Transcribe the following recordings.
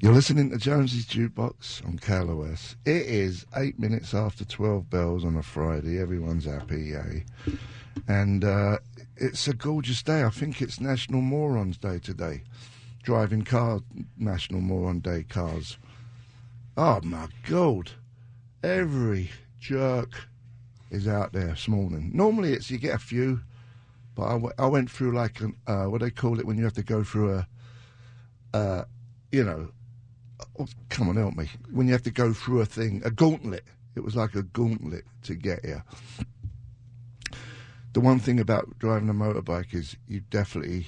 You're listening to Jonesy's Jukebox on KLOS. It is eight minutes after 12 bells on a Friday. Everyone's happy, yay. And uh, it's a gorgeous day. I think it's National Morons Day today. Driving car, National Moron Day cars. Oh my God. Every jerk is out there this morning. Normally it's you get a few, but I, w- I went through like an, uh, what they call it when you have to go through a, uh, you know, oh, come on, help me. When you have to go through a thing, a gauntlet. It was like a gauntlet to get here. The one thing about driving a motorbike is you definitely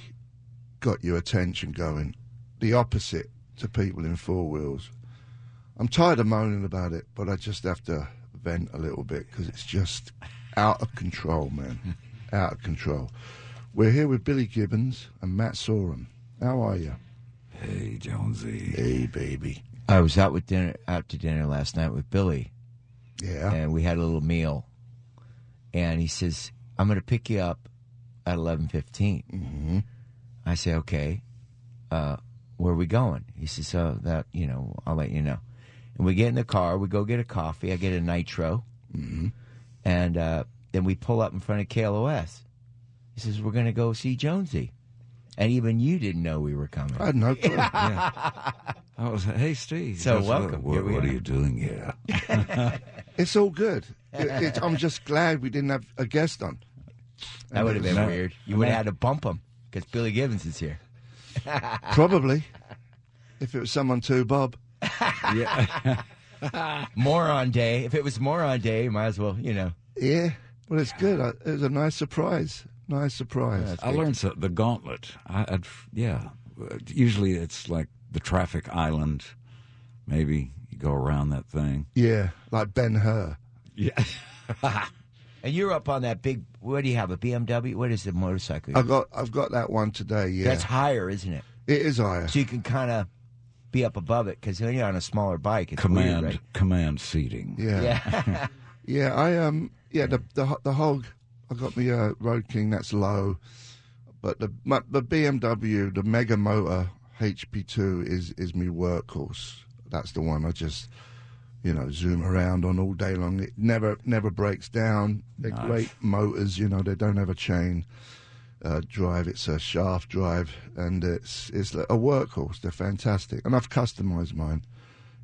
got your attention going. The opposite to people in four wheels. I'm tired of moaning about it, but I just have to vent a little bit because it's just out of control, man. out of control. We're here with Billy Gibbons and Matt Sorum. How are you? Hey, Jonesy. Hey, baby. I was out with dinner out to dinner last night with Billy. Yeah. And we had a little meal. And he says, "I'm going to pick you up at 11:15." Mm-hmm. I say, "Okay. Uh, where are we going?" He says, "So that, you know, I'll let you know." And we get in the car, we go get a coffee, I get a nitro. Mm-hmm. And uh, then we pull up in front of KLOS. He says, "We're going to go see Jonesy." And even you didn't know we were coming. I had no clue. I was hey Steve. So That's what- welcome. What, Here we what are are. you doing here? It's all good. It- it- I'm just glad we didn't have a guest on. that would have been No. weird. You would have had to bump him because Billy Gibbons is here. Probably. If it was someone too, Bob. Moron Day. If it was Moron Day, you might as well, you know. Yeah. Well, it's good. I, it was a nice surprise. Nice surprise. I learned so, the gauntlet. I, I'd, f- yeah. Uh, Usually it's like the traffic island. Maybe you go around that thing. yeah. Like Ben Hur. Yeah. And you're up on that big. What do you have? A BMW? What is the motorcycle? I've got I've got that one today. Oh, Yeah. That's higher, isn't it? it is higher. So you can kind of be up above it because when you're on a smaller bike, it's Command weird, command seating. Yeah. right? yeah. Yeah. I um yeah, the the ho- the hog I got me uh, Road King that's low. But the my, the BMW, the Mega Motor HP2 is is my workhorse. That's the one I just you know, zoom around on all day long. It never never breaks down. They're Nice. great motors, you know. They don't have a chain uh, drive. It's a shaft drive, and it's it's like a workhorse. They're fantastic, and I've customized mine.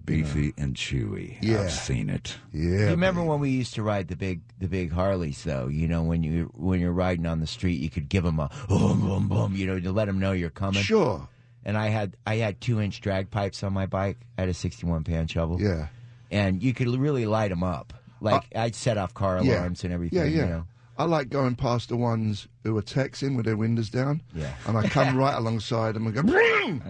Beefy and chewy. Yeah. I've seen it. Yeah, Do you remember baby. when we used to ride the big the big Harleys though? You know when you when you're riding on the street, you could give them a boom boom boom. You know to let them know you're coming. Sure. And I had I had two inch drag pipes on my bike. I had a 61 pan shovel. Yeah. Uh, And you could really light them up. Like I'd set off car Yeah. alarms and everything. Yeah, yeah. You know? I like going past the ones who are texting with their windows down. Yeah. And I come right alongside them and go, "Bring!"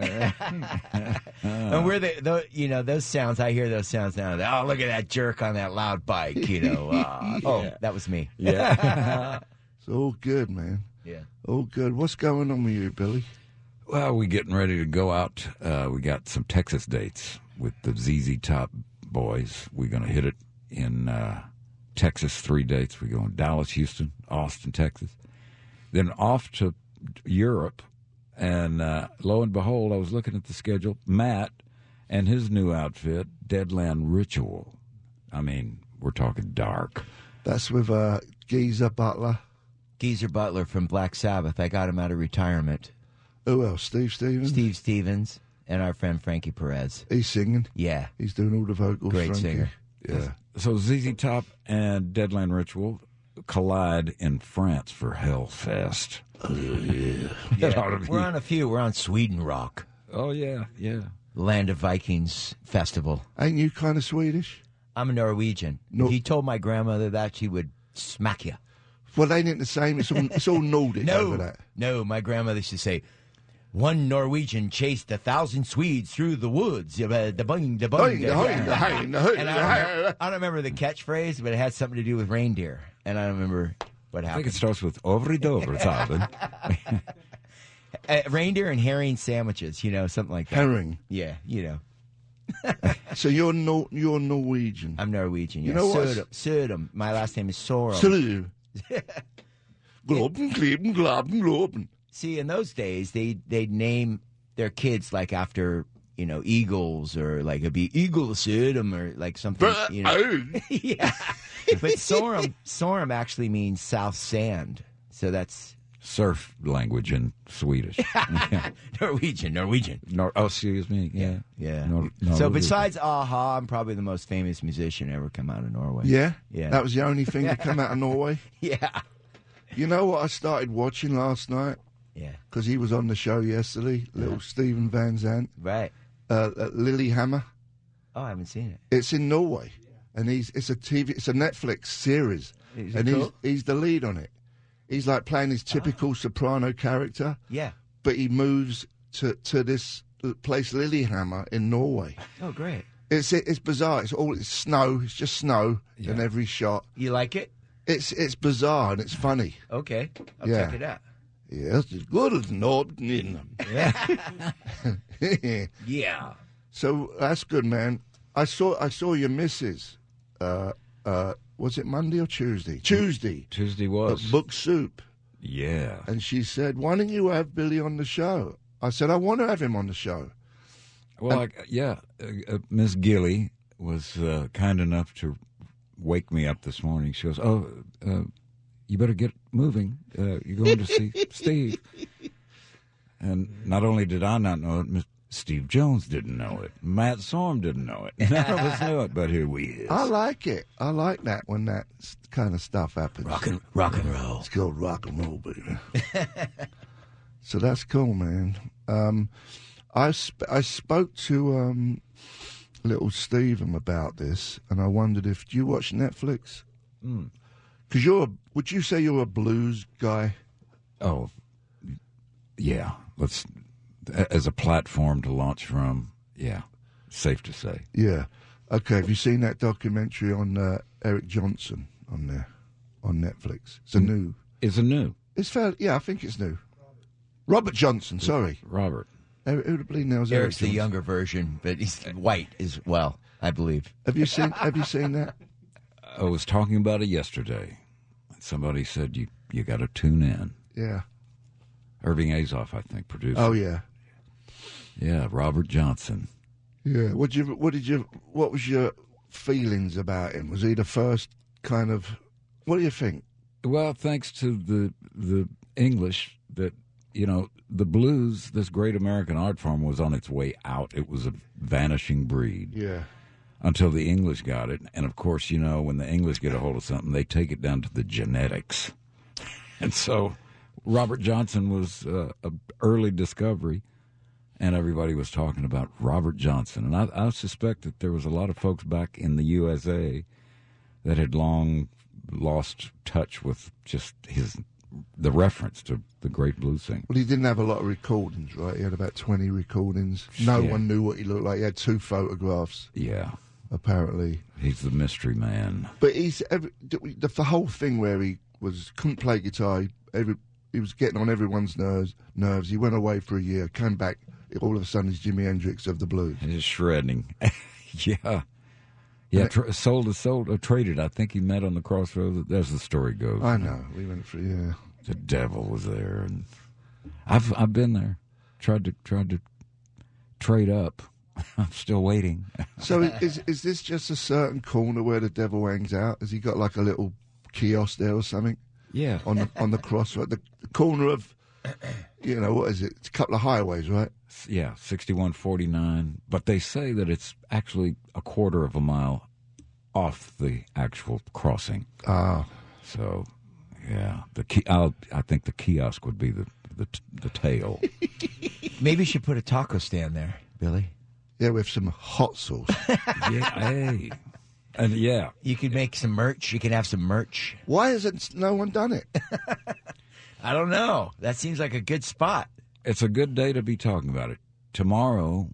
Uh-huh. And we're the, tho- you know, those sounds. I hear those sounds now. Oh, look at that jerk on that loud bike. You know, uh, oh, that was me. Yeah. It's all good, man. Yeah. All good. What's going on with you, Billy? well, we're getting ready to go out. Uh, we got some Texas dates with the ZZ Top boys. We're going to hit it in uh, Texas, three dates. We're going Dallas, Houston, Austin, Texas. Then off to Europe. And uh, lo and behold, I was looking at the schedule. Matt and his new outfit, Deadland Ritual. I mean, we're talking dark. That's with uh, Geezer Butler. Geezer Butler from Black Sabbath. I got him out of retirement. Who else? Steve Mm-hmm. Stevens? Steve Stevens and our friend Frankie Perez. He's singing. Yeah. He's doing all the vocals. Great Frankie. singer. Yeah. So ZZ Top and Deadland Ritual collide in France for Hellfest. That ought to be- We're on a few. We're on Sweden Rock, Oh yeah, yeah. Land of Vikings Festival. Ain't you kind of Swedish? I'm a Norwegian. No. If you told my grandmother that, she would smack you. Well, they ain't the same. It's all, it's all Nordic over No, that. no. My grandmother used to say, "One Norwegian chased a thousand Swedes through the woods." Yeah, but The bung, the bung, Hey, the hey, the hey, the hey, And the I hey. don't, remember, I don't remember the catchphrase, but it had something to do with reindeer, and I don't remember what I think happened. it starts with over dover something. Uh, reindeer and herring sandwiches, you know, something like that. Herring. Yeah, you know, So you're no, you're Norwegian. I'm Norwegian. You Yeah. know what? Sodom, Sodom. My last name is Sorum. Salute. Globen, kleben, globen, globen. See, in those days, they they'd name their kids like after you know, Eagles or like it'd be Eagle Sidum or like something. You know. yeah. But Sorum Sorum actually means South Sand. So that's Surf language in Swedish. Norwegian, Norwegian. Nor- oh, excuse me. Yeah. Yeah. Nor- so Norwegian. besides Aha, I'm probably the most famous musician ever come out of Norway. Yeah? Yeah. That was the only thing that come out of Norway. Yeah. You know what I started watching last night? Yeah. Because he was on the show yesterday, little Stephen Van Zandt, Right. uh, uh, Lilyhammer. Oh, I haven't seen it. It's in Norway, and he's it's a TV, it's a Netflix series, Is it and cool? Ah. he's he's the lead on it. He's like playing his typical soprano character, Yeah. but he moves to to this l- place Lilyhammer in Norway. Oh, great. It's it's bizarre. It's all it's snow. It's just snow in Yeah. every shot. You like it? It's it's bizarre and it's funny. Okay. I'll Yeah. check it out. Yes, it's good as Norton. Yeah. so that's good, man. I saw I saw your missus. Uh, uh, was it Monday or Tuesday? Tuesday. Tuesday At was. Book Soup. yeah. And she said, Why don't you have Billy on the show? I said, I want to have him on the show. Well, like, yeah, uh, uh, Miss Gilly was uh, kind enough to wake me up this morning. She goes, "Oh, uh, you better get moving. Uh, you're going to see Steve." And not only did I not know it, Miss Steve Jones didn't know it. Matt Sorm didn't know it. None of us knew it, but here we is. I like it. I like that when that s- kind of stuff happens. Rock and, rock and roll. It's called rock and roll, baby. so that's cool, man. Um, I sp- I spoke to um, little Stephen about this, and I wondered if do you watch Netflix? Hmm. Because you're, a, would you say you're a blues guy? Oh, yeah. Let's a- as a platform to launch from. Yeah, safe to say. Yeah. Okay. Have you seen that documentary on uh, Eric Johnson on there on Netflix? It's a Hmm. new. It's a new It's fair. Yeah, I think it's new. Robert Johnson. Sorry. Robert. Eric, who the bleeding hell's Eric Eric's the Johnson? younger version, but he's white as well, I believe. Have you seen? Have you seen that? I was talking about it yesterday. Somebody said you you got to tune in. Yeah. Irving Azoff, I think, produced. Oh yeah. yeah, Robert Johnson. Yeah. What you? What did you? What was your feelings about him? Was he the first kind of? What do you think? Well, thanks to the the English that you know the blues, this great American art form was on its way out. It was a vanishing breed Yeah. until the English got it, and of course, you know, when the English get a hold of something, they take it down to the genetics, and so Robert Johnson was uh, a early discovery. and everybody was talking about Robert Johnson. And I, I suspect that there was a lot of folks back in the USA that had long lost touch with just his the reference to the great blues singer. Well, he didn't have a lot of recordings, right? He had about twenty recordings. No Yeah. one knew what he looked like. He had two photographs, Yeah, apparently. he's the mystery man. But he's every, the, the whole thing where he was couldn't play guitar. He, every, he was getting on everyone's nerves. Nerves. He went away for a year, came back. All of a sudden, he's Jimi Hendrix of the blues. He's shredding. yeah. Yeah, tr- sold to sold or traded. I think he met on the crossroads. As the story goes, I know. We went for yeah. the devil was there, and I've I've been there. Tried to tried to trade up. I'm still waiting. So i- is is this just a certain corner where the devil hangs out? Has he got like a little kiosk there or something Yeah, on the on the crossroad, the, the corner of you know what is it? It's a couple of highways, right? S- yeah, sixty-one forty-nine. But they say that it's actually a quarter of a mile off the actual crossing. Ah, So, yeah, the key. I'll, I think the kiosk would be the the, t- the tail. Maybe you should put a taco stand there, Billy. yeah, with some hot sauce. yeah, hey, and yeah, You could make some merch. You can have some merch. Why hasn't no one done it? I don't know. That seems like a good spot. it's a good day to be talking about it. Tomorrow,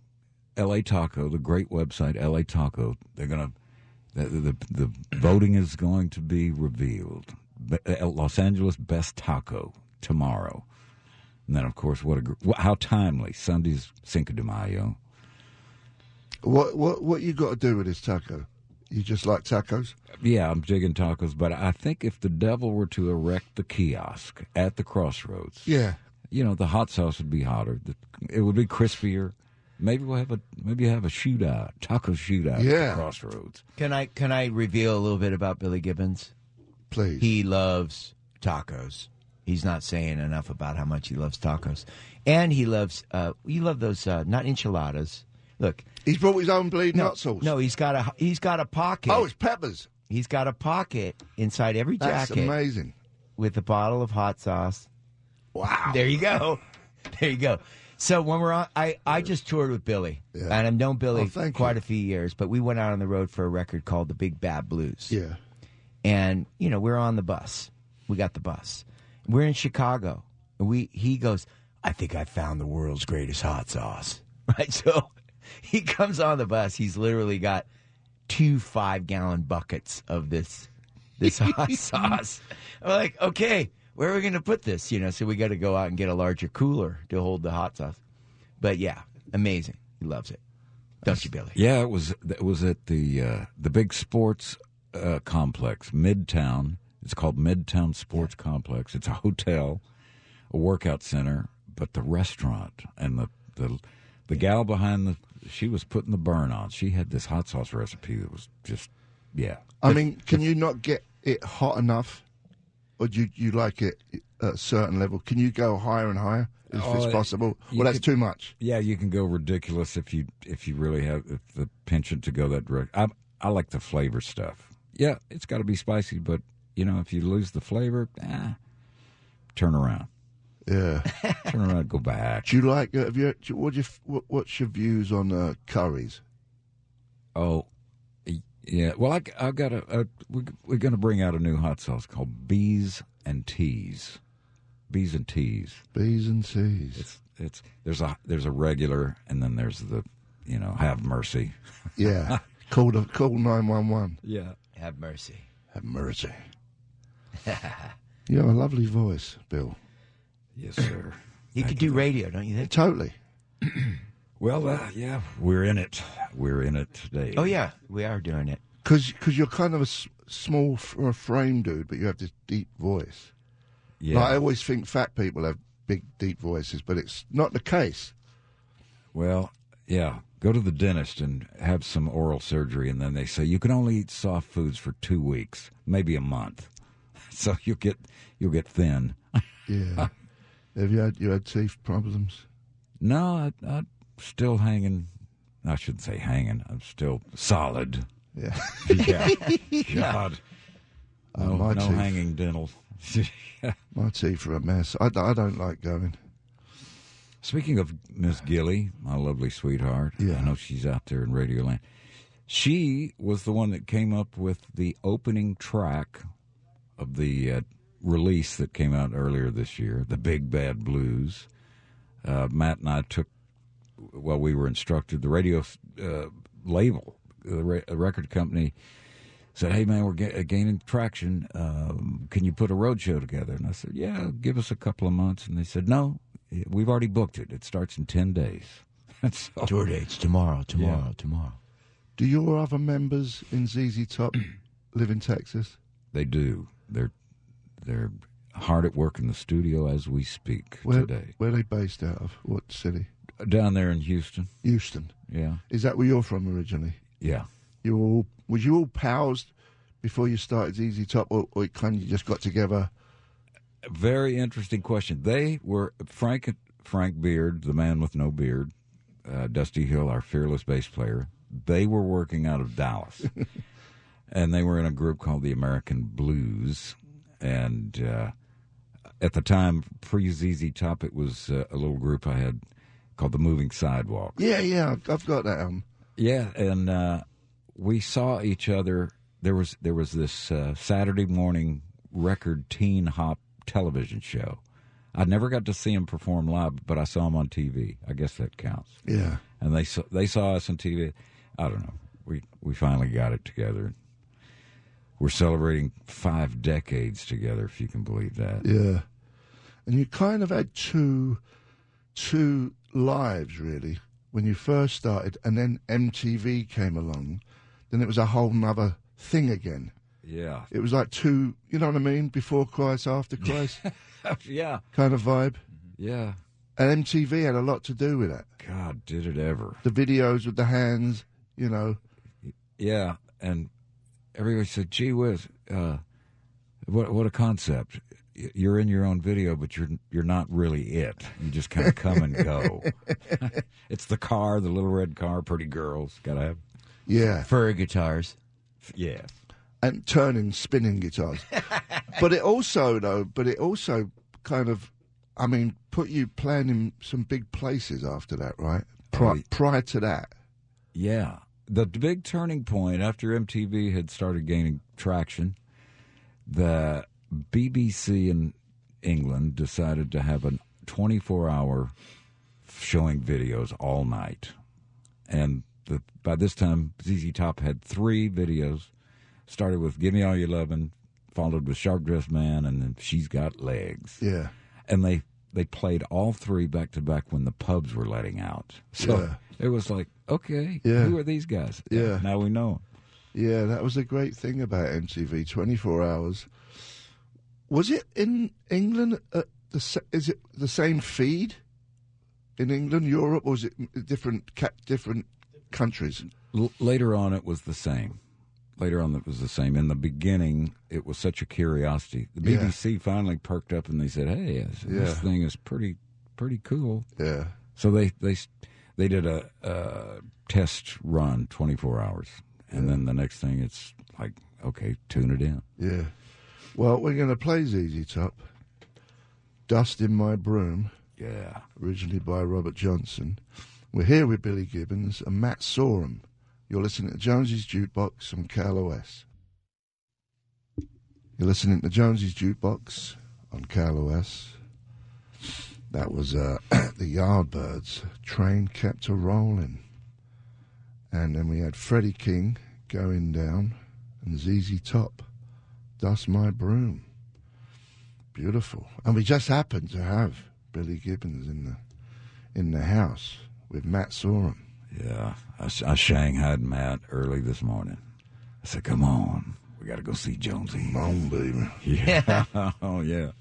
L.A. Taco, the great website L.A. Taco, they're gonna the the, the voting is going to be revealed. Be, uh, Los Angeles best taco tomorrow, and then of course what a gr- wh- how timely Sunday's Cinco de Mayo. What what what you got to do with this taco? You just like tacos? Yeah, I'm digging tacos, but I think if the devil were to erect the kiosk at the crossroads, Yeah. you know the hot sauce would be hotter. The, it would be crispier. Maybe we'll have a maybe have a shootout, taco shootout at Yeah. the crossroads. Can I can I reveal a little bit about Billy Gibbons? Please. He loves tacos. He's not saying enough about how much he loves tacos, and he loves uh, you love those uh, not enchiladas. Look, He's brought his own bleeding hot sauce. no, he's got a he's got a pocket. Oh, it's peppers. he's got a pocket inside every That's jacket amazing. with a bottle of hot sauce. Wow. There you go, there you go. So when we're on, I I just toured with Billy, Yeah. and I've known Billy Oh, thank quite you. a few years, but we went out on the road for a record called The Big Bad Blues. Yeah. and you know we're on the bus we got the bus we're in chicago and we he goes i think i found the world's greatest hot sauce right so he comes on the bus he's literally got two five gallon buckets of this this hot sauce i'm like okay where are we going to put this you know so we got to go out and get a larger cooler to hold the hot sauce but yeah amazing he loves it don't you billy Yeah, it was it was at the uh, the big sports uh, complex, Midtown. It's called Midtown Sports Complex. It's a hotel, a workout center, but the restaurant and the the the gal behind the she was putting the burn on. She had this hot sauce recipe that was just yeah. I mean, can you not get it hot enough? Or do you, you like it at a certain level? Can you go higher and higher if Oh, it's possible? you Well, that's could- too much. Yeah, you can go ridiculous if you if you really have if the penchant to go that direction. I I like the flavor stuff. Yeah, it's got to be spicy, but you know if you lose the flavor, ah, turn around, Yeah. turn around, go back. do you like, uh, have you, do you- what do you, f- what, what's your views on uh, curries? Oh, yeah. Well, I I got a, a we, we're going to bring out a new hot sauce called Bees and Teas. Bees and Teas. B's and C's. It's it's there's a there's a regular and then there's the you know have mercy. Yeah. call, the, call 911. Yeah. have mercy Have mercy. you have a lovely voice, Bill. Yes, sir. you could do radio don't you think Totally. Well, uh, yeah, we're in it. We're in it today. oh yeah we are doing it Because you're kind of a s- small f- uh, frame dude, but you have this deep voice. yeah. Like, I always think fat people have big, deep voices, but it's not the case. well, yeah. Go to the dentist and have some oral surgery, and then they say you can only eat soft foods for two weeks, maybe a month. So you get you'll get thin. Yeah. have you had you had teeth problems? No, I, I'm still hanging. I shouldn't say hanging. I'm still solid. Yeah. Yeah. God. Oh, No, my no teeth. hanging dental. My teeth are a mess. I, d- I don't like going. Speaking of Miss Gilly, my lovely sweetheart, Yeah. I know she's out there in Radio Land. She was the one that came up with the opening track of the uh, release that came out earlier this year, the Big Bad Blues. Uh, Matt and I took, well, we were instructed, the radio uh, label, the re- uh, record company said, "Hey man, we're ga- uh, gaining traction. Um, can you put a road show together?" And I said, "Yeah, give us a couple of months." And they said, "No, we've already booked it. It starts in ten days." And so, tour dates tomorrow tomorrow tomorrow Do your other members in ZZ Top live in Texas? they do. They're they're hard at work in the studio as we speak Where, today. where are they based out of? What city? Down there in Houston. Houston. Yeah, Is that where you're from originally? yeah. You were all was you all pals before you started ZZ Top, or, or it kind of you just got together? Very interesting question. They were Frank Frank Beard, the man with no beard, uh, Dusty Hill, our fearless bass player. They were working out of Dallas, and they were in a group called the American Blues. And uh, at the time, pre ZZ Top, it was uh, a little group I had called the Moving Sidewalk. Yeah, yeah, I've, I've got that. Um, Yeah, and uh, we saw each other. There was there was this uh, Saturday morning record teen hop television show. I never got to see him perform live, but I saw him on TV. I guess that counts. yeah. And they saw, they saw us on TV. I don't know. We we finally got it together. We're celebrating five decades together, if you can believe that. Yeah, and you kind of had two, two lives really when you first started, and then MTV came along. Then it was a whole nother thing again. Yeah, It was like two, you know what I mean? Before Christ, after Christ, yeah, kind of vibe. yeah. And MTV had a lot to do with that. God, did it ever? The videos with the hands, you know. Yeah, and everybody said, "Gee whiz, uh, what what a concept! Y- You're in your own video, but you're you're not really it. You just kind of come and go. it's the car, the little red car, pretty girls, gotta have, Yeah. Furry guitars. yeah, and turning spinning guitars. but it also though, but it also kind of, I mean, put you playing in some big places after that, right? Pri- Oh, y- Prior to that, yeah." The big turning point after MTV had started gaining traction, the BBC in England decided to have a 24 hour showing videos all night. And the, by this time, ZZ Top had three videos. Started with "Give Me All Your Lovin'," followed with "Sharp Dressed Man," and then "She's Got Legs." yeah, And they they played all three back to back when the pubs were letting out. So Yeah. it was like, okay, Yeah. who are these guys? Yeah. now we know. 'em. yeah. That was a great thing about MTV. Twenty four hours. Was it in England? At the sa- is it the same feed in England, Europe, or was it m- different ca- different countries? L- later on, it was the same. Later on, it was the same. In the beginning, it was such a curiosity. The Yeah. BBC finally perked up and they said, "Hey, this, this Yeah. thing is pretty, pretty cool." Yeah, So they they s- they did a, uh test run, twenty four hours, and then the next thing, it's like, okay, tune it in. yeah. Well, we're going to play ZZ Top. Dust in my broom. Yeah, originally by Robert Johnson. We're here with Billy Gibbons and Matt Sorum. You're listening to Jonesy's Jukebox on KLOS. You're listening to Jonesy's Jukebox on KLOS. That was uh, the Yardbirds. Train kept a rolling. And then we had Freddie King going down and ZZ Top. Dust my broom. Beautiful. And we just happened to have Billy Gibbons in the in the house with Matt Sorum. yeah. I, s- I shanghaied Matt early this morning. I said, "Come on, we got to go see Jonesy." Mom, baby. Yeah. oh yeah.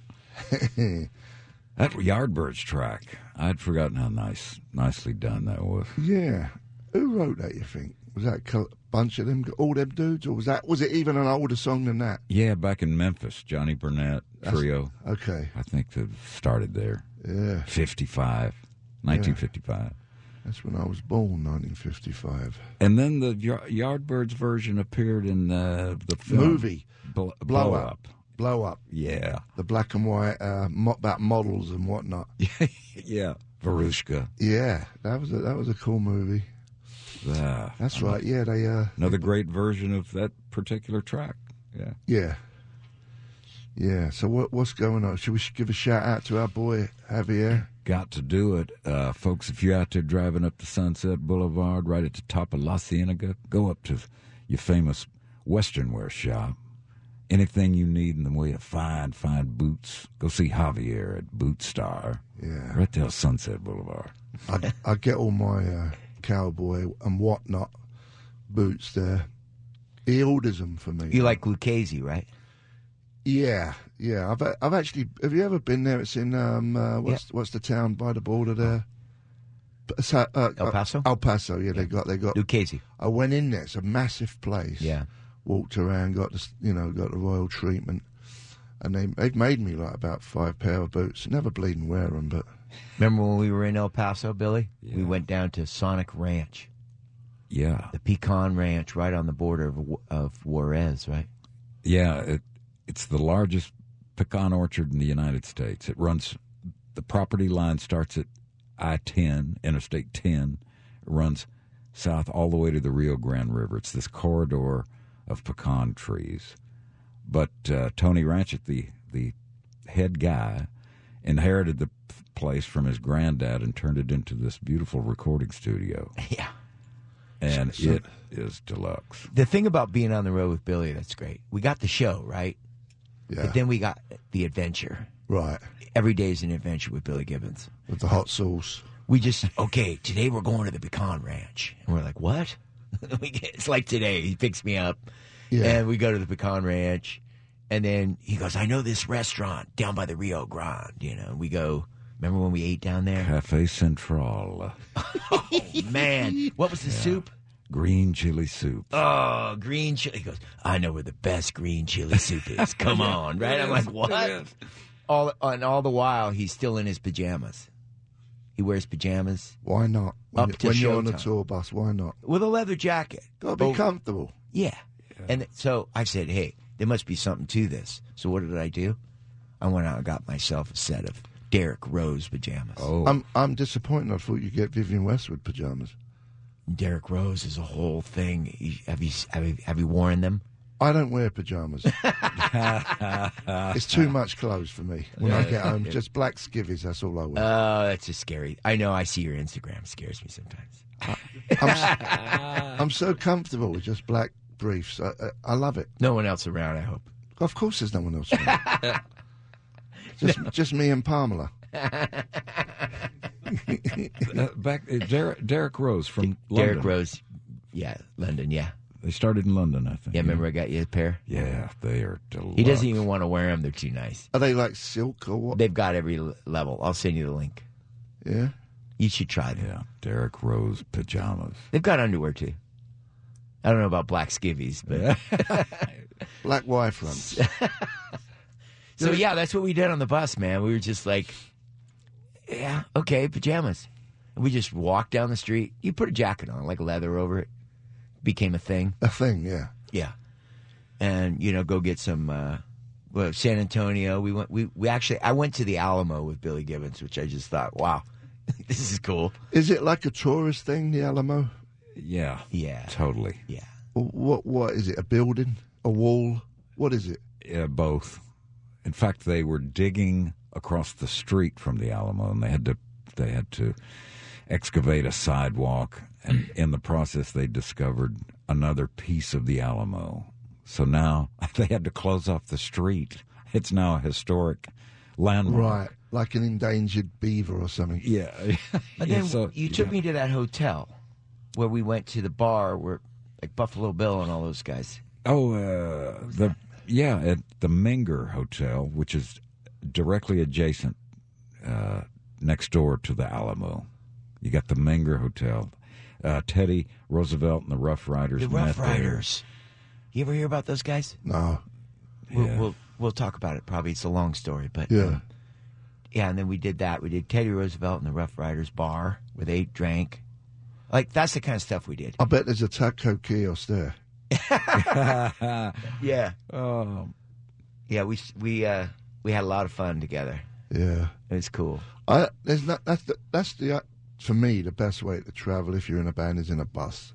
That Yardbirds track. I'd forgotten how nice, nicely done that was. Yeah. Who wrote that, you think? Was that a col- bunch of them, all them dudes? Or was that, was it even an older song than that? Yeah, back in Memphis, Johnny Burnett trio. Okay. I think that started there. Yeah. 55, 1955. That's when I was born, 1955. And then the Yar- Yardbirds version appeared in uh, the film Movie. Bl- Blow Blow Up. Up. Blow Up. Yeah. The black and white, uh, mo- about models and whatnot. yeah. Verushka. Yeah. That was a, that was a cool movie. Ah, That's right. Yeah. They, uh, another great version of that particular track. Yeah. Yeah. Yeah. So what what's going on? Should we sh- give a shout out to our boy Javier? Got to do it. Uh, folks, if you're out there driving up the Sunset Boulevard right at the top of La Cienega, go up to your famous Western wear shop. Anything you need in the way of fine, fine boots, go see Javier at Boot Star. Yeah. Right there on Sunset Boulevard. I, I get all my uh, cowboy and whatnot boots there. He orders them for me. You like Lucchese, right? Yeah, yeah. I've I've actually. Have you ever been there? It's in um. Uh, what's what's the town by the border there? P- so- uh, El Paso? El Paso. Yeah, they got they got. Lucchese. I went in there. It's a massive place. Yeah. walked around, got the s- you know got the royal treatment, and they they've made me like about five pair of boots. Never bleeding wear them, but Remember when we were in El Paso, Billy? We Yeah. went down to Sonic Ranch, Yeah. the Pecan Ranch, right on the border of of Juarez, right? Yeah, it, it's the largest pecan orchard in the United States. It runs, the property line starts at I 10, Interstate 10, It runs south all the way to the Rio Grande River. It's this corridor of pecan trees. But uh, Tony Ranchett, the, the head guy, inherited the p- place from his granddad and turned it into this beautiful recording studio. Yeah. And So- it is deluxe. The thing about being on the road with Billy that's great. We got the show, right? yeah, But then we got the adventure. right Every day is an adventure with Billy Gibbons. with the hot sauce. We just okay. Today we're going to the pecan ranch, and we're like, what? we get, it's like today. He picks me up, Yeah. and we go to the pecan ranch, and then he goes, "I know this restaurant down by the Rio Grande." You know, we go Remember when we ate down there? Cafe Central, Man, what was the soup? green chili soup. Oh, green chili. He goes, I know where the best green chili soup is. Come on, right? I'm like, what? Yes. All and all the while, he's still in his pajamas. He wears pajamas Why not? When, Up you- to when you're on a showtime. tour bus, why not? with a leather jacket. Gotta be Oh, comfortable. Yeah. And th- so I said, hey, there must be something to this. So what did I do? I went out and got myself a set of Derek Rose pajamas. Oh, I'm I'm disappointed. I thought you'd get Vivian Westwood pajamas. Derek Rose is a whole thing. He- Have you have you, have you worn them? I don't wear pajamas. it's too much clothes for me when I get home. Just black skivvies. That's all I wear. Oh, that's just scary. I know. I see your Instagram. Scares me sometimes. I'm, s- I'm so comfortable with just black briefs. I, I, I love it. No one else around. I hope. Of course, there's no one else. around. just just me and Pamela. uh, back uh, Derek, Derek Rose from London. Derek Rose. Yeah, London. Yeah, They started in London, I think. yeah. Remember, I got you a pair. Yeah, they are. He deluxe. doesn't even want to wear them. They're too nice. Are they like silk or what? They've got every l- level. I'll send you the link. Yeah. You should try them. Yeah, Derek Rose pajamas. They've got underwear too. I don't know about black skivvies, but Black Y fronts. so yeah, that's what we did on the bus, man. We were just like, yeah, okay, pajamas. And we just walked down the street. You put a jacket on, like leather over it, became a thing. A thing, yeah. Yeah, and you know, go get some. Uh, well, San Antonio. We went. We we actually. I went to the Alamo with Billy Gibbons, which I just thought, wow, this is cool. Is it like a tourist thing, the Alamo? Yeah, Yeah, totally. yeah. Or What what is it? A building? A wall? What is it? Yeah, both. In fact, they were digging across the street from the Alamo, and they had to they had to excavate a sidewalk, and in the process, they discovered another piece of the Alamo. So now they had to close off the street. It's now a historic landmark. Right. Like an endangered beaver or something. Yeah. But Yeah, then so- you took me to that hotel where we went to the bar where like Buffalo Bill and all those guys. Oh, uh, the yeah, at the Menger Hotel, which is directly adjacent, uh, next door to the Alamo. You got the Menger Hotel. Uh, Teddy Roosevelt and the Rough Riders. The Rough met there. Riders. You ever hear about those guys? No. We'll, Yeah. we'll we'll talk about it. Probably it's a long story, but Yeah. yeah. And then we did that. We did Teddy Roosevelt and the Rough Riders bar where they drank. Like that's the kind of stuff we did. I bet there's a taco kiosk there. Yeah, Um, yeah. We we uh we had a lot of fun together. Yeah. It was cool. I there's not that's the that's the uh, for me the best way to travel if you're in a band is in a bus.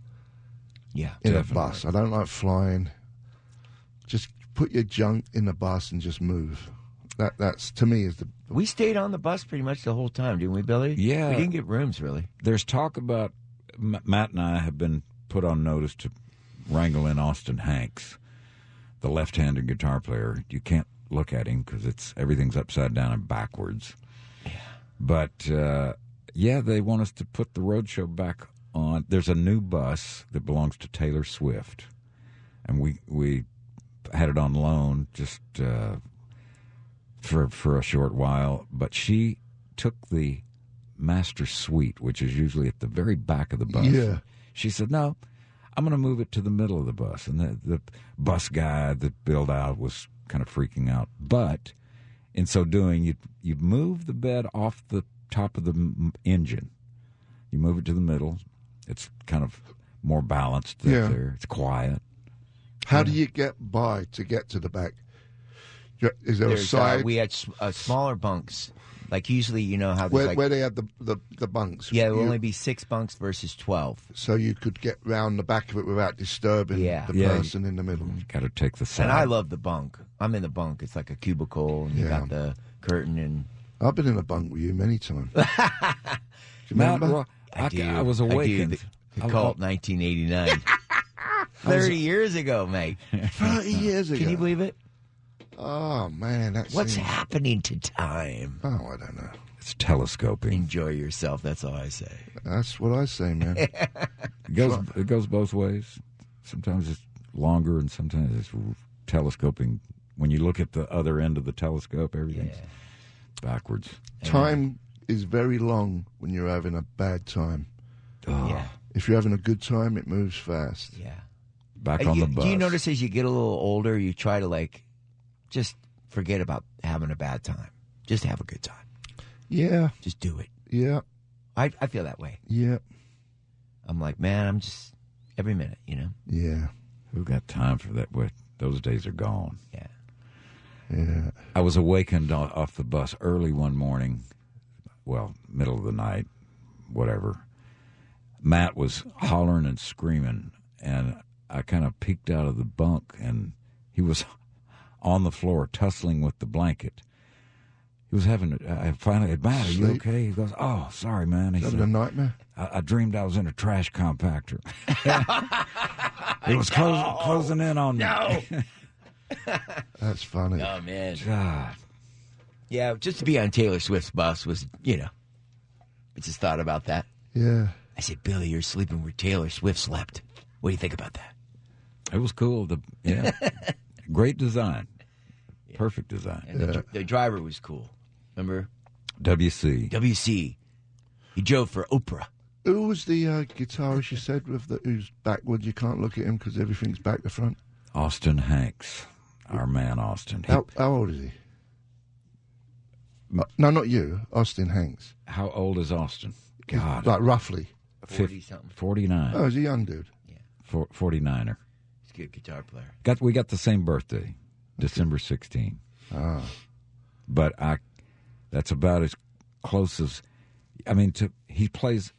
Yeah. In Definitely. a bus. I don't like flying. Just put your junk in the bus and just move. That that's to me is the We stayed on the bus pretty much the whole time, didn't we, Billy? Yeah. We didn't get rooms really. there's talk about M- Matt and I have been put on notice to wrangle in Austin Hanks, the left-handed guitar player. You can't look at him because it's everything's upside down and backwards. But uh, yeah, they want us to put the roadshow back on. There's a new bus that belongs to Taylor Swift, and we we had it on loan just uh, for for a short while. But she took the master suite, which is usually at the very back of the bus. Yeah. She said, "No, I'm going to move it to the middle of the bus." And the, the bus guy that billed out was kind of freaking out, but in so doing, you you move the bed off the top of the m- engine. You move it to the middle. It's kind of more balanced up Yeah. there. It's quiet. How do you get by to get to the back? Do you- Is there a There's, uh, side we had s- uh, smaller bunks. Like usually, you know how there's where, like where they have the, the, the bunks? yeah, there'll You- only be six bunks versus twelve. so you could get round the back of it without disturbing Yeah. the Yeah. person in the middle. You got to take the side. And I love the bunk. I'm in the bunk. It's like a cubicle, and you Yeah. got the curtain and I've been in a bunk with you many times. do you Mount remember? Ro- I, do- I was I do awakened. the, the cult 1989. 30 years ago, mate. Thirty years ago. Can you believe it? oh man, that's What's happening to time? Oh, I don't know. It's telescoping. Enjoy yourself. That's all I say. That's what I say, man. It goes it goes both ways. Sometimes it's longer, and sometimes it's r- telescoping. When you look at the other end of the telescope, everything's backwards. Time is very long when you're having a bad time. Oh, Yeah. If you're having a good time, it moves fast. Yeah. Back Uh, on you- the bus. Do you notice as you get a little older, you try to like just forget about having a bad time. Just have a good time. Yeah, Just do it. yeah, I, I feel that way. yeah, I'm like, man, I'm just every minute, you know? yeah, Who got time for that? What- Those days are gone. Yeah. yeah. I was awakened o- off the bus early one morning, well, middle of the night, whatever. Matt was hollering and screaming, and I kind of peeked out of the bunk, and he was on the floor tussling with the blanket. He was having. I finally, said, Matt, are you Sleep. okay? He goes, "Oh, sorry, man." He Having a said, nightmare? I, I dreamed I was in a trash compactor. it was closing, closing in on me. That's funny. Oh man. God. Yeah, just to be on Taylor Swift's bus was, you know. I just thought about that. Yeah. I said, Billy, you're sleeping where Taylor Swift slept. What do you think about that? It was cool. The yeah, great design, perfect design. And the, dr- the driver was cool. Remember? WC. WC. He drove for Oprah. Who was the uh, guitarist you said with the who's backward? You can't look at him because everything's back to front. Austin Hanks, our man Austin. He- How, how old is he? Uh, no, not you, Austin Hanks. how old is Austin? God, Like roughly. Forty something. forty nine. Uh. Oh, he's a young dude. Forty niner. He's a good guitar player. Got we got the same birthday, December sixteen. Ah, But I, that's about as close as. I mean, to he plays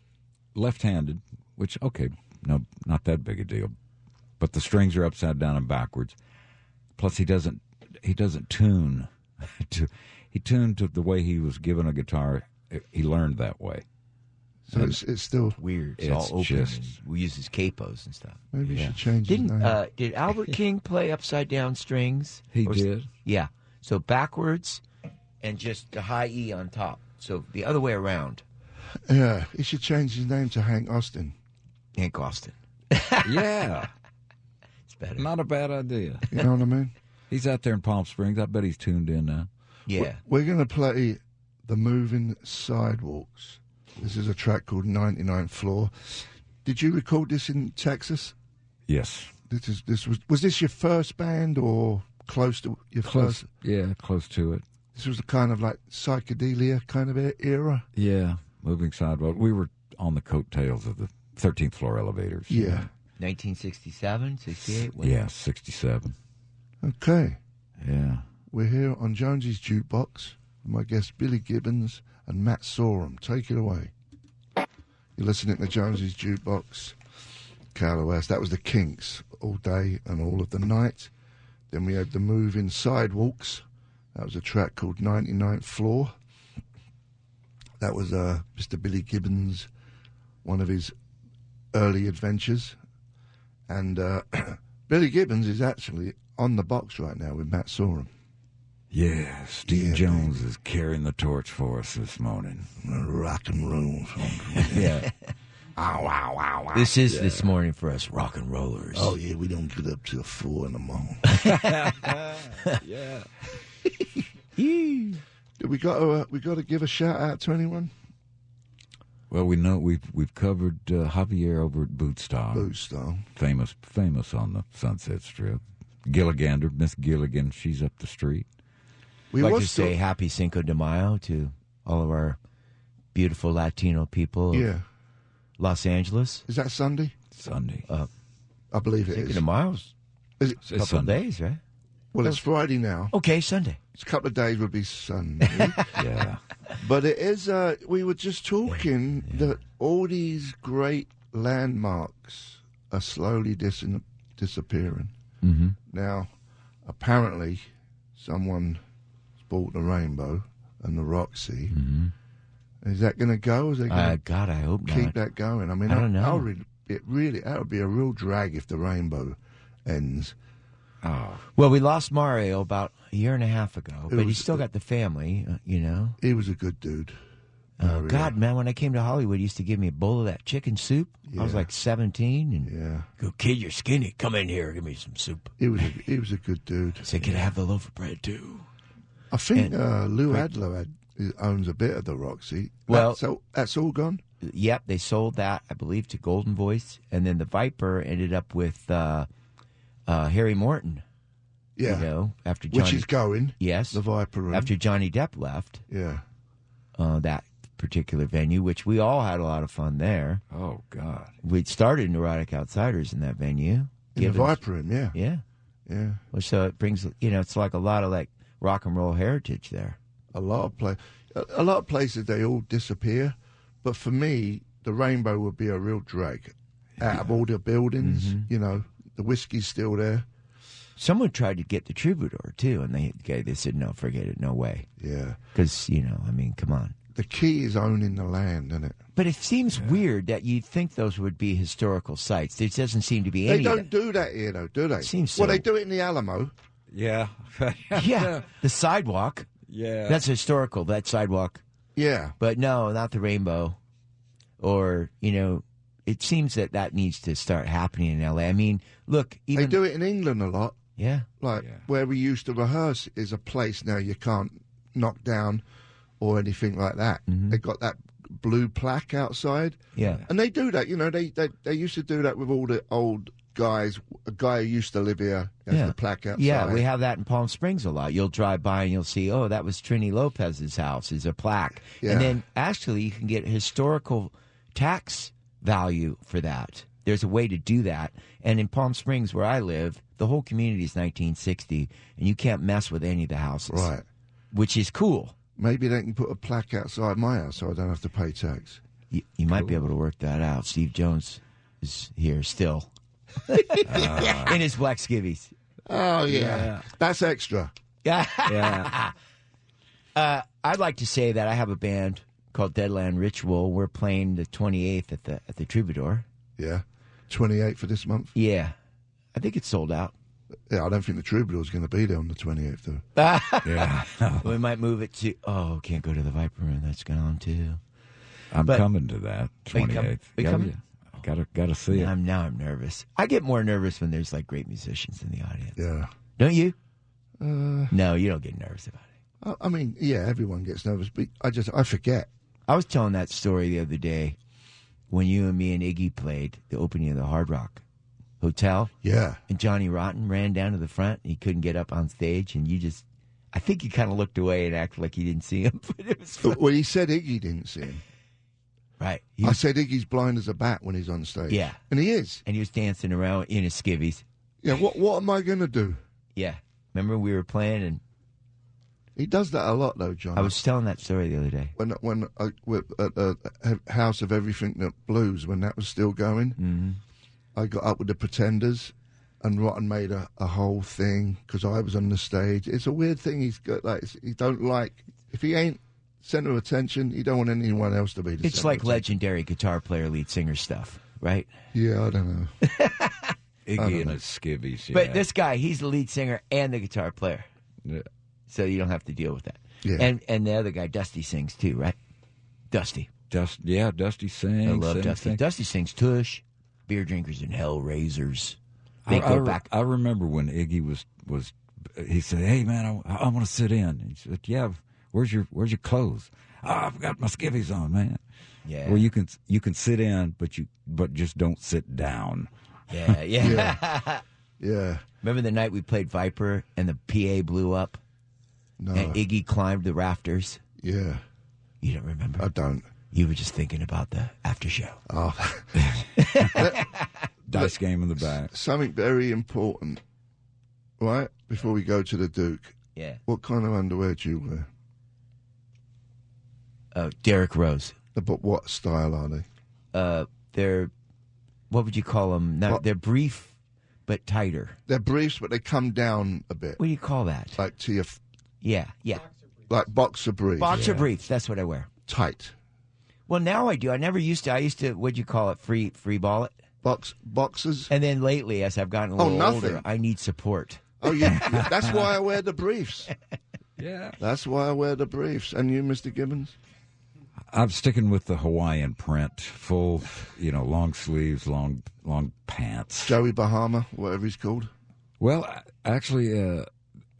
left handed, which okay, no, not that big a deal. But the strings are upside down and backwards. plus he doesn't he doesn't tune to he tuned to the way he was given a guitar he learned that way so it's, it's still. Weird. It's, It's all open. just- Mm, and we use his capos and stuff. Maybe you should change his Didn't name. uh, did Albert King play upside down strings? he Or- did Yeah. So backwards and just the high E on top. So the other way around. yeah, he should change his name to Hank Austin. Hank Austin. yeah It's better. not a bad idea You know what I mean? he's out there in palm springs i bet he's tuned in now yeah. We're going to play The Moving Sidewalks. This is a track called 99 Floor. Did you record this in Texas? yes This is this was was this your first band or close to your close first? yeah close to it This was a kind of like psychedelia kind of e- era. yeah moving sidewalk we were on the coattails of the 13th floor elevators Yeah. 1967, 68. when- yeah 67 Okay. yeah We're here on Jonesy's Jukebox. with My guests Billy Gibbons and Matt Sorum. Take it away. You're listening to Jonesy's Jukebox. Carla West. That was the Kinks all day and all of the night. Then we had the Moving Sidewalks. That was a track called 99th Floor. That was uh, Mr. Billy Gibbons, one of his early adventures. And uh, Billy Gibbons is actually on the box right now with Matt Sorum. yeah steve Yeah, jones is carrying the torch for us this morning rock and roll. yeah This is this morning for us rock and rollers. Oh yeah, we don't get up till four in the morning. yeah we got to uh, we got to give a shout out to anyone. Well, we know we've we've covered uh, Javier over at Bootstock, Blue Star. famous famous on the Sunset Strip. Gilligander, Miss Gilligan, she's up the street. We I'd like was to say happy Cinco de Mayo to all of our beautiful Latino people talk- of yeah. Los Angeles. Is that Sunday? Sunday, I believe it Cinco is. de Mayo's Is it- It's a couple Sunday. days, right? Well, it's Friday now. Okay, Sunday. It's a couple of days would be Sunday, yeah, but it is. Uh, we were just talking that all these great landmarks are slowly dis- disappearing. Mm-hmm. Now, apparently, someone bought the Rainbow and the Roxy. Is that going to go? Is they going Uh, God, Mm-hmm. I hope keep not. that going. I mean, I don't that- know. that would- it really that would be a real drag if the rainbow ends. Oh, Well, we lost Mario about a year and a half ago, but was- he's still got the family, uh, you know. He was a good dude. Oh, God, man, when I came to Hollywood, he used to give me a bowl of that chicken soup. I was like 17. And Yeah, go, kid, you're skinny. Come in here. Give me some soup. he was a, he was a good dude. I said, can I have the loaf of bread, too? I think uh, Lou Adler had is- owns a bit of the Roxy. Well- That- so that's all gone. Yep, they sold that, I believe, to Golden Voice, and then the Viper ended up with uh, uh, Harry Morton. Yeah, You know, after Johnny, which is going. yes, The Viper Room. after Johnny Depp left yeah, uh, that particular venue, which we all had a lot of fun there. Oh God. We started Neurotic Outsiders in that venue. in the Given- Viper Room. Yeah, yeah. yeah. Well, so it brings you know it's like a lot of like rock and roll heritage there. a lot of pla a, a lot of places they all disappear, but for me, the rainbow would be a real drag. Out of all the buildings, Mm-hmm. you know, the whiskey's still there. Someone tried to get the Troubadour too, and they they said no, forget it, no way, Yeah, because you know I mean come on. the key is owning the land, isn't it? But it seems weird that you'd think those would be historical sites. There doesn't seem to be They any. of don't do that here, though, do they? Seems well, so. they do it in the Alamo. Yeah. that. Yeah, the sidewalk. Yeah. That's historical. That sidewalk. Yeah, But no, not the rainbow. Or you know, it seems that that needs to start happening in L.A. I mean, look, they even do it in England a lot. yeah, Like Yeah. where we used to rehearse is a place now you can't knock down or anything like that. Mm-hmm. They got that blue plaque outside. yeah, And they do that, you know. They, they they used to do that with all the old guys. A guy who used to live here has Yeah. the plaque outside. yeah. We have that in Palm Springs a lot. You'll drive by and you'll see, oh, that was Trini Lopez's house. Is a plaque, Yeah. and then actually you can get historical tax value for that. There's a way to do that. And in Palm Springs, where I live, the whole community is 1960, and you can't mess with any of the houses, right. Which is cool. Maybe they can put a plaque outside my house so I don't have to pay tax. You, you might be able to work that out. Steve Jones is here still Uh, in his black skivvies. Oh yeah, that's extra. Yeah. yeah. Uh, I'd like to say that I have a band called Deadland Ritual. We're playing the 28th at the at the Troubadour. Yeah, twenty eight for this month. Yeah, I think it's sold out. Yeah, I don't think the troubadour's going to be there on the twenty eighth. Yeah. We might move it to. Oh, can't go to the Viper Room. That's gone too. I'm But- coming to that. Are you com- Twenty eighth. are you coming? Gotta gotta see it. I'm now I'm nervous. I get more nervous when there's like great musicians in the audience. Yeah, Don't you? no, you don't get nervous about it. I, I mean, yeah, everyone gets nervous, but I just I forget. I was telling that story the other day when you and me and Iggy played the opening of the Hard Rock Hotel. Yeah, and Johnny Rotten ran down to the front and he couldn't get up on stage and you just I think you kind of looked away and acted like you didn't see him, but it was fun. well, he said Iggy didn't see him. right. He I was, said Iggy's blind as a bat when he's on stage. Yeah. and he is. and he was dancing around in his skivvies. Yeah, what what am I going to do? Yeah, remember we were playing and He does that a lot though, John. I was telling that story the other day. when when I, with, at the House of Everything that Blues when that was still going, Mm-hmm. I got up with the Pretenders, and Rotten made a, a whole thing because I was on the stage. It's a weird thing. He's got like it's- he don't like if he ain't center of attention, he don't want anyone else to be. The It's centre like of attention. legendary guitar player, lead singer stuff, right? yeah, I don't know. Iggy and his skivvies. Yeah. But this guy, he's the lead singer and the guitar player, Yeah. so you don't have to deal with that. Yeah. And and the other guy, Dusty sings too, right? Dusty, Dust, yeah, Dusty sings. I love sings, Dusty. sings. Dusty sings Tush, Beer Drinkers and Hell Raisers. I, They I go re- back. I remember when Iggy was was he said, "Hey man, I, I want to sit in." And he said, "Yeah, where's your where's your clothes? Oh, I've got my skivvies on, man." Yeah. Well, you can you can sit in, but you but just don't sit down. Yeah, yeah. Yeah, Remember the night we played Viper and the PA blew up no, Uh-huh. and Iggy climbed the rafters? yeah, You don't remember? I Uh, don't. you were just thinking about the after show. Oh, Dice game in the back. something very important, right? Before we go to the Duke, Yeah. what kind of underwear do you wear? Oh, Derek Rose. But what style are they? Uh, they're, what would you call them? Not, they're brief, but tighter. They're briefs, but they come down a bit, What do you call that? like to your f- Yeah, yeah. like boxer briefs, Boxer briefs. That's what I wear. tight Well, now I do. I never used to. I used to, what'd you call it? Free, free ball it. box boxers. And then lately, as I've gotten a Oh, little older, nothing. I need support. Oh, yeah, yeah, that's why I wear the briefs. Yeah. That's why I wear the briefs. And you, Mister Gibbons? I'm sticking with the Hawaiian print, full, you know, long sleeves, long long pants. Joey Bahama, whatever he's called. Well, a- actually, uh,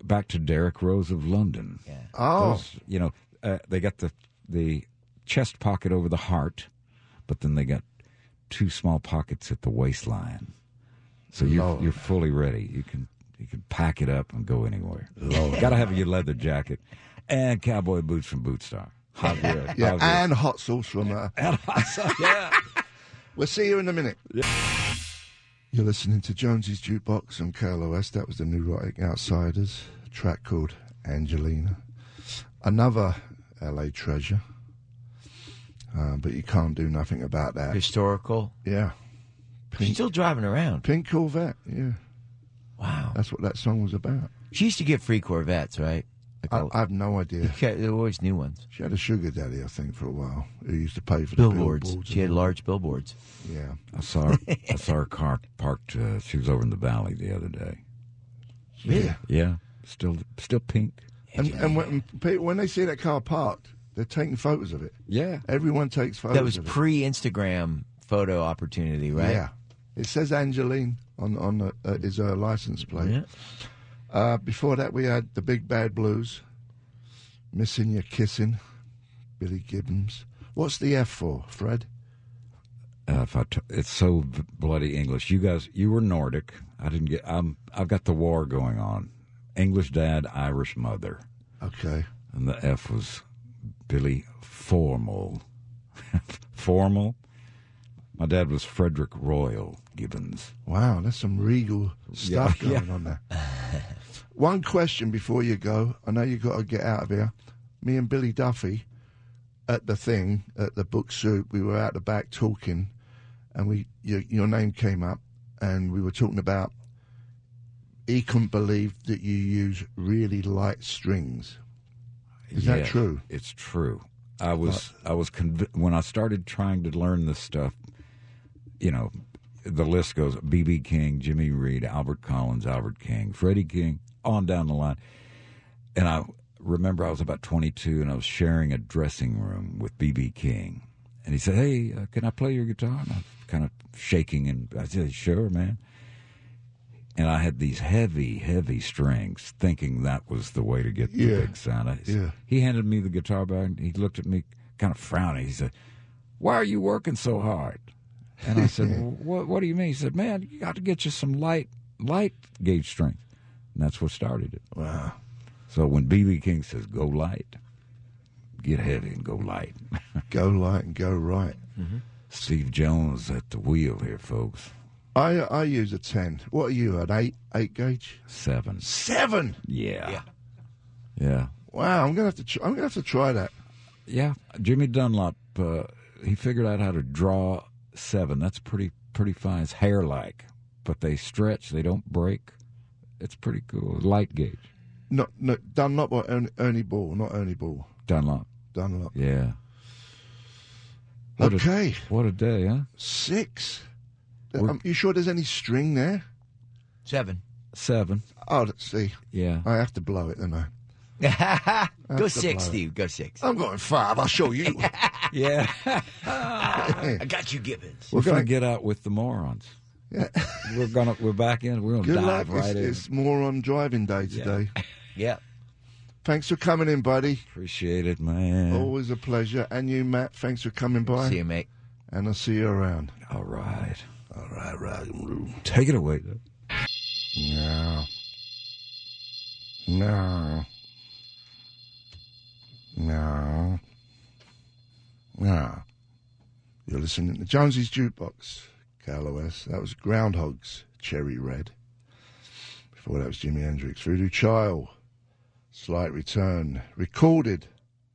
back to Derek Rose of London. Oh, Those, you know, uh, they got the the chest pocket over the heart, but then they got two small pockets at the waistline. So you're, Lord. you're fully ready. You can you can pack it up and go anywhere. Got to have your leather jacket and cowboy boots from Bootstar. Hot red. Yeah, obvious. and hot sauce from her. yeah. We'll see you in a minute. You're listening to Jonesy's Jukebox on KLOS. That was the Neurotic Outsiders, a track called Angelina. Another LA treasure. Uh, but you can't do nothing about that. Historical. Yeah. She's Pink, still driving around. pink Corvette. Yeah. Wow. That's what that song was about. She used to get free Corvettes, right? Like I, I have no idea. Okay, there were always new ones. She had a sugar daddy, I think, for a while, who used to pay for the Billboards. billboards. She had large billboards. Yeah. I saw her, I saw her car parked. Uh, she was over in the valley the other day. Really? Yeah. Yeah, still still pink. And, and when, people, when they see that car parked, they're taking photos of it. Yeah, Everyone takes photos. That was of it. pre Instagram photo opportunity, right? Yeah, it says Angeline on on the, uh, is her license plate. Yeah. Uh, before that, we had the Big Bad Blues, missing your kissing, Billy Gibbons. What's the F for, Fred? uh, if I t- it's so v- bloody English. You guys, you were Nordic. I didn't get. I'm. I've got the war going on. English dad, Irish mother, Okay, and the F was Billy Formal. formal. My dad was Frederick Royal Gibbons. wow, that's some regal stuff Yeah, yeah. going on there. One question before you go. I know you got to get out of here. Me and Billy Duffy at the thing at the book soup. We were out the back talking, and we your, your name came up, and we were talking about he couldn't believe that you use really light strings. Is that Yes, true? It's true. I was I was conv- when I started trying to learn this stuff. You know, the list goes: B.B. King, Jimmy Reed, Albert Collins, Albert King, Freddie King, on down the line. And I remember I was about 22, and I was sharing a dressing room with B.B. King, and he said, "Hey, uh, can I play your guitar?" And I was kind of shaking, and I said, "Sure, man." And I had these heavy, heavy strings, thinking that was the way to get the Yeah. big sound. I- Yeah. He handed me the guitar back. and He looked at me, kind of frowning. He said, "Why are you working so hard?" And I said, well, "What? What do you mean?" He said, "Man, you got to get you some light, light gauge strings." And that's what started it. Wow. So when BB King says go light, get heavy and go light. Go light and go right. Steve Jones at the wheel here, folks. I I use a ten. What are you? An eight eight gauge? Seven. Seven. Yeah. Yeah. Yeah. Wow. I'm gonna have to. Tr- I'm gonna have to try that. Yeah. Jimmy Dunlop, uh, he figured out how to draw seven. That's pretty pretty fine. It's hair like, but they stretch. They don't break. It's pretty cool. Light gauge. Not, no, Dunlop or Ernie, Ernie Ball, not Ernie Ball. Dunlop. Dunlop. Yeah. What a- Okay, What a day, huh? six. We're- Um, you sure there's any string there? Seven. Seven. Oh, let's see. Yeah. I have to blow it, don't I? Go That's a six, blow. Steve. Go six. I'm going five. I'll show you. Yeah. I got you, Gibbons. We're gonna thank- get out with the morons. Yeah. We're gonna we're back in. We're gonna Good luck. dive It's, right in. it's more on driving day today. Yeah. Thanks for coming in, buddy. Appreciate it, man. Always a pleasure. And you, Matt. Thanks for coming by. See you, mate. And I'll see you around. All right. All right, rock and roll. Take it away. though. No. No. No. No. You're listening to Jonesy's Jukebox, KLOS. That was Groundhogs, Cherry Red. Before that was Jimi Hendrix, Voodoo Child, Slight Return, recorded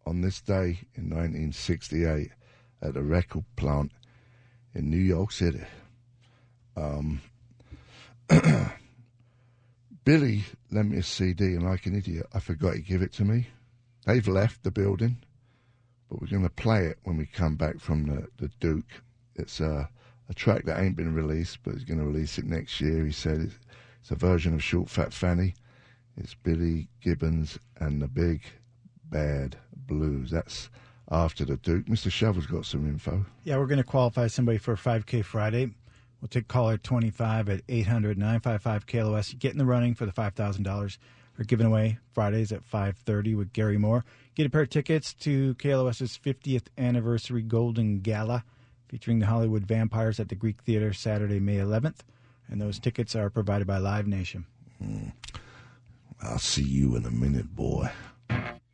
on this day in 1968 at a record plant in New York City. Billy lent me a CD, and like an idiot, I forgot he gave it to me. They've left the building, but we're going to play it when we come back from the, the Duke. It's a, a track that ain't been released, but he's going to release it next year. He said it's, it's a version of Short Fat Fanny. It's Billy Gibbons and the Big Bad Blues. That's after the Duke. Mr. Shovel's got some info. Yeah, we're going to qualify somebody for 5K Friday. We'll take caller 25 at 800 955 KLOS. Get in the running for the $5,000. are giving away Fridays at 5:30 with Gary Moore. Get a pair of tickets to KLOS's 50th anniversary Golden Gala featuring the Hollywood Vampires at the Greek Theater Saturday, May 11th, and those tickets are provided by Live Nation. I'll see you in a minute, boy.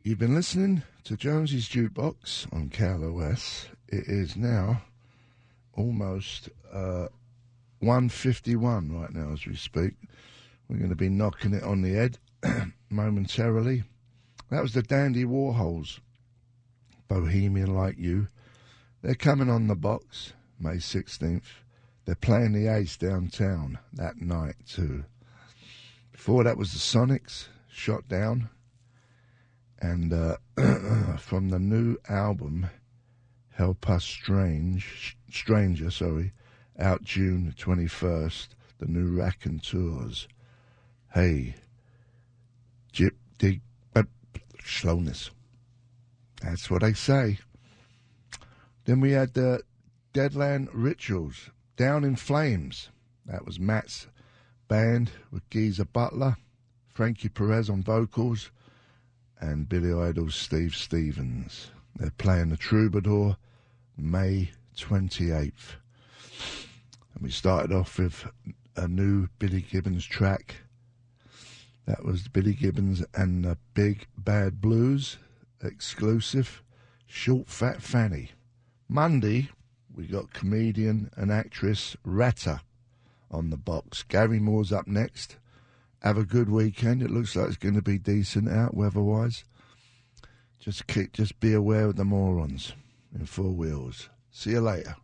You've been listening to Jonesy's Jukebox on Cal OS. It is now almost uh, 151 right now as we speak. We're going to be knocking it on the head momentarily. That was the Dandy Warhols, Bohemian Like You. They're coming on the box May 16th. They're playing the Ace downtown that night, too. Before that was the Sonics, Shot Down. And uh, from the new album, Help Us Strange, Stranger, sorry, out June 21st, the new Rackin Tours. Hey, Jip Dig, but slowness. That's what I say. Then we had the Deadland Rituals, Down in Flames. That was Matt's band with Geezer Butler, Frankie Perez on vocals, and Billy Idol's Steve Stevens. They're playing the Troubadour May 28th. And we started off with a new Billy Gibbons track. That was Billy Gibbons and the Big Bad Blues exclusive Short Fat Fanny. Monday, we got comedian and actress Retta on the box. Gary Moore's up next. Have a good weekend. It looks like it's going to be decent out weather wise. Just keep, just be aware of the morons in four wheels. See you later.